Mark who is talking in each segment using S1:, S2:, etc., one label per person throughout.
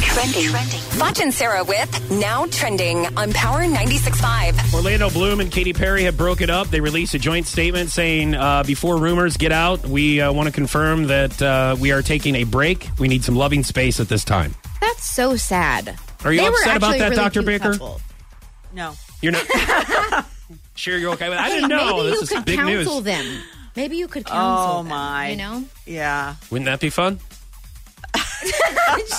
S1: Trending. Trending. Foch and Sarah with Now Trending on Power 96.5.
S2: Orlando Bloom and Katy Perry have broken up. They released a joint statement saying, uh, before rumors get out, we uh, want to confirm that uh, we are taking a break. We need some loving space at this time.
S3: That's so sad.
S2: Are you
S3: They were
S2: upset about
S3: actually
S2: that,
S3: really
S2: Dr.
S3: cute
S2: Baker?
S3: couple.
S4: No.
S2: You're not. sure, you're okay with it. I
S3: Hey,
S2: didn't know.
S3: Maybe
S2: this
S3: you
S2: is
S3: could
S2: big news.
S3: counsel them. Maybe you could counsel
S4: Oh,
S3: them.
S4: my.
S3: You know,
S4: Yeah.
S2: Wouldn't that be fun?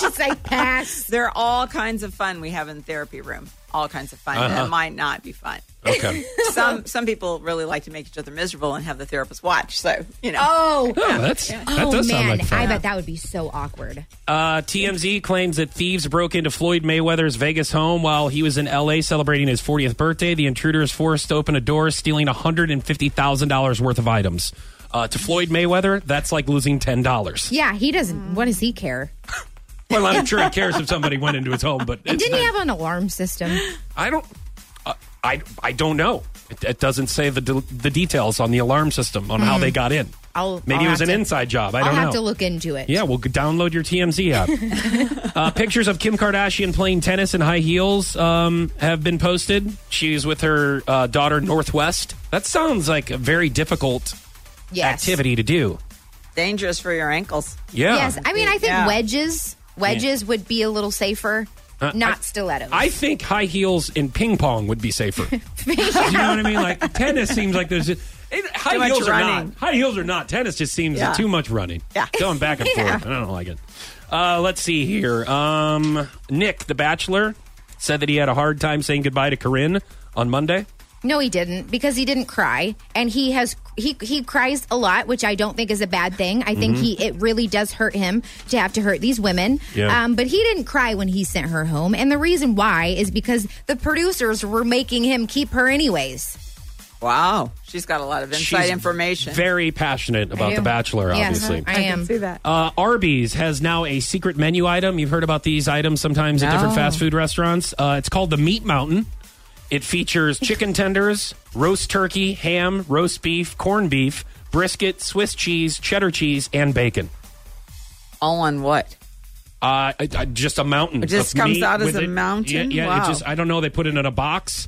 S3: she's like pass.
S4: There are all kinds of fun we have in the therapy room. All kinds of fun
S2: Uh-huh.
S4: that might not be fun.
S2: Okay.
S4: some some people really like to make each other miserable and have the therapist watch. So you know,
S3: Oh.
S2: Oh, that's, that
S3: Oh
S2: does sound
S3: man,
S2: like fun.
S3: I bet that would be so awkward.
S2: Uh, TMZ claims that thieves broke into Floyd Mayweather's Vegas home while he was in LA celebrating his 40th birthday. The intruders forced open a door, stealing $150,000 worth of items. Uh, to Floyd Mayweather, that's like losing $10.
S3: Yeah, he doesn't. What does he care?
S2: Well, I'm sure he cares if somebody went into his home, but
S3: And
S2: it's
S3: didn't he
S2: not-
S3: have an alarm system?
S2: I don't. Uh, I I don't know. It, it doesn't say the de- the details on the alarm system on how they got in.
S3: Mm-hmm. I'll-
S2: Maybe
S3: I'll
S2: it was
S3: have
S2: an
S3: to-
S2: inside job. I
S3: I'll
S2: don't
S3: have
S2: know.
S3: to look into it.
S2: Yeah, well, g- download your TMZ app. uh, pictures of Kim Kardashian playing tennis in high heels um, have been posted. She's with her uh, daughter Northwest. That sounds like a very difficult
S3: Yes.
S2: activity to do.
S4: dangerous for your ankles.
S2: Yeah.
S3: Yes, I mean, I think
S4: Yeah.
S3: wedges wedges would be a little safer,
S2: Uh,
S3: not
S2: I-
S3: stilettos.
S2: I think high heels in ping pong would be safer. you know what I mean? Like tennis seems like there's just, it, high
S4: Too much
S2: heels are
S4: running.
S2: not. High heels are not. Tennis just seems
S4: Yeah.
S2: too much running.
S4: Yeah.
S2: going back and
S3: Yeah.
S2: forth. I don't like it. Uh, let's see here. Um, Nick, the Bachelor, said that he had a hard time saying goodbye to Corinne on Monday.
S3: no, he didn't because he didn't cry, and he has he he cries a lot, which I don't think is a bad thing. I
S2: Mm-hmm.
S3: think he it really does hurt him to have to hurt these women.
S2: Yeah.
S3: Um, but he didn't cry when he sent her home, and the reason why is because the producers were making him keep her anyways.
S4: Wow, she's got a lot of inside
S2: She's
S4: information.
S2: Very passionate
S3: I
S2: about the
S3: do.
S2: Bachelor,
S3: Yes,
S2: obviously.
S3: I am.
S4: that.
S2: Uh, Arby's has now a secret menu item. You've heard about these items sometimes at different
S4: No.
S2: fast food restaurants. Uh, it's called the Meat Mountain. It features chicken tenders, roast turkey, ham, roast beef, corned beef, brisket, Swiss cheese, cheddar cheese, and bacon.
S4: All on what?
S2: Uh, I, I- just a mountain.
S4: It just
S2: of
S4: comes
S2: meat
S4: out as
S2: with
S4: a
S2: it.
S4: mountain?
S2: Yeah, yeah it
S4: Wow.
S2: just I don't know. They put it in a box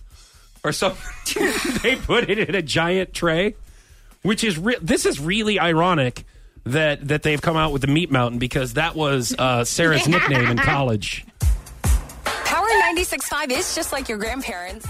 S2: or something. they put it in a giant tray, which is re- this is really ironic that that they've come out with the meat mountain because that was uh, Sarah's nickname in college.
S1: Power 96.5 is just like your grandparents.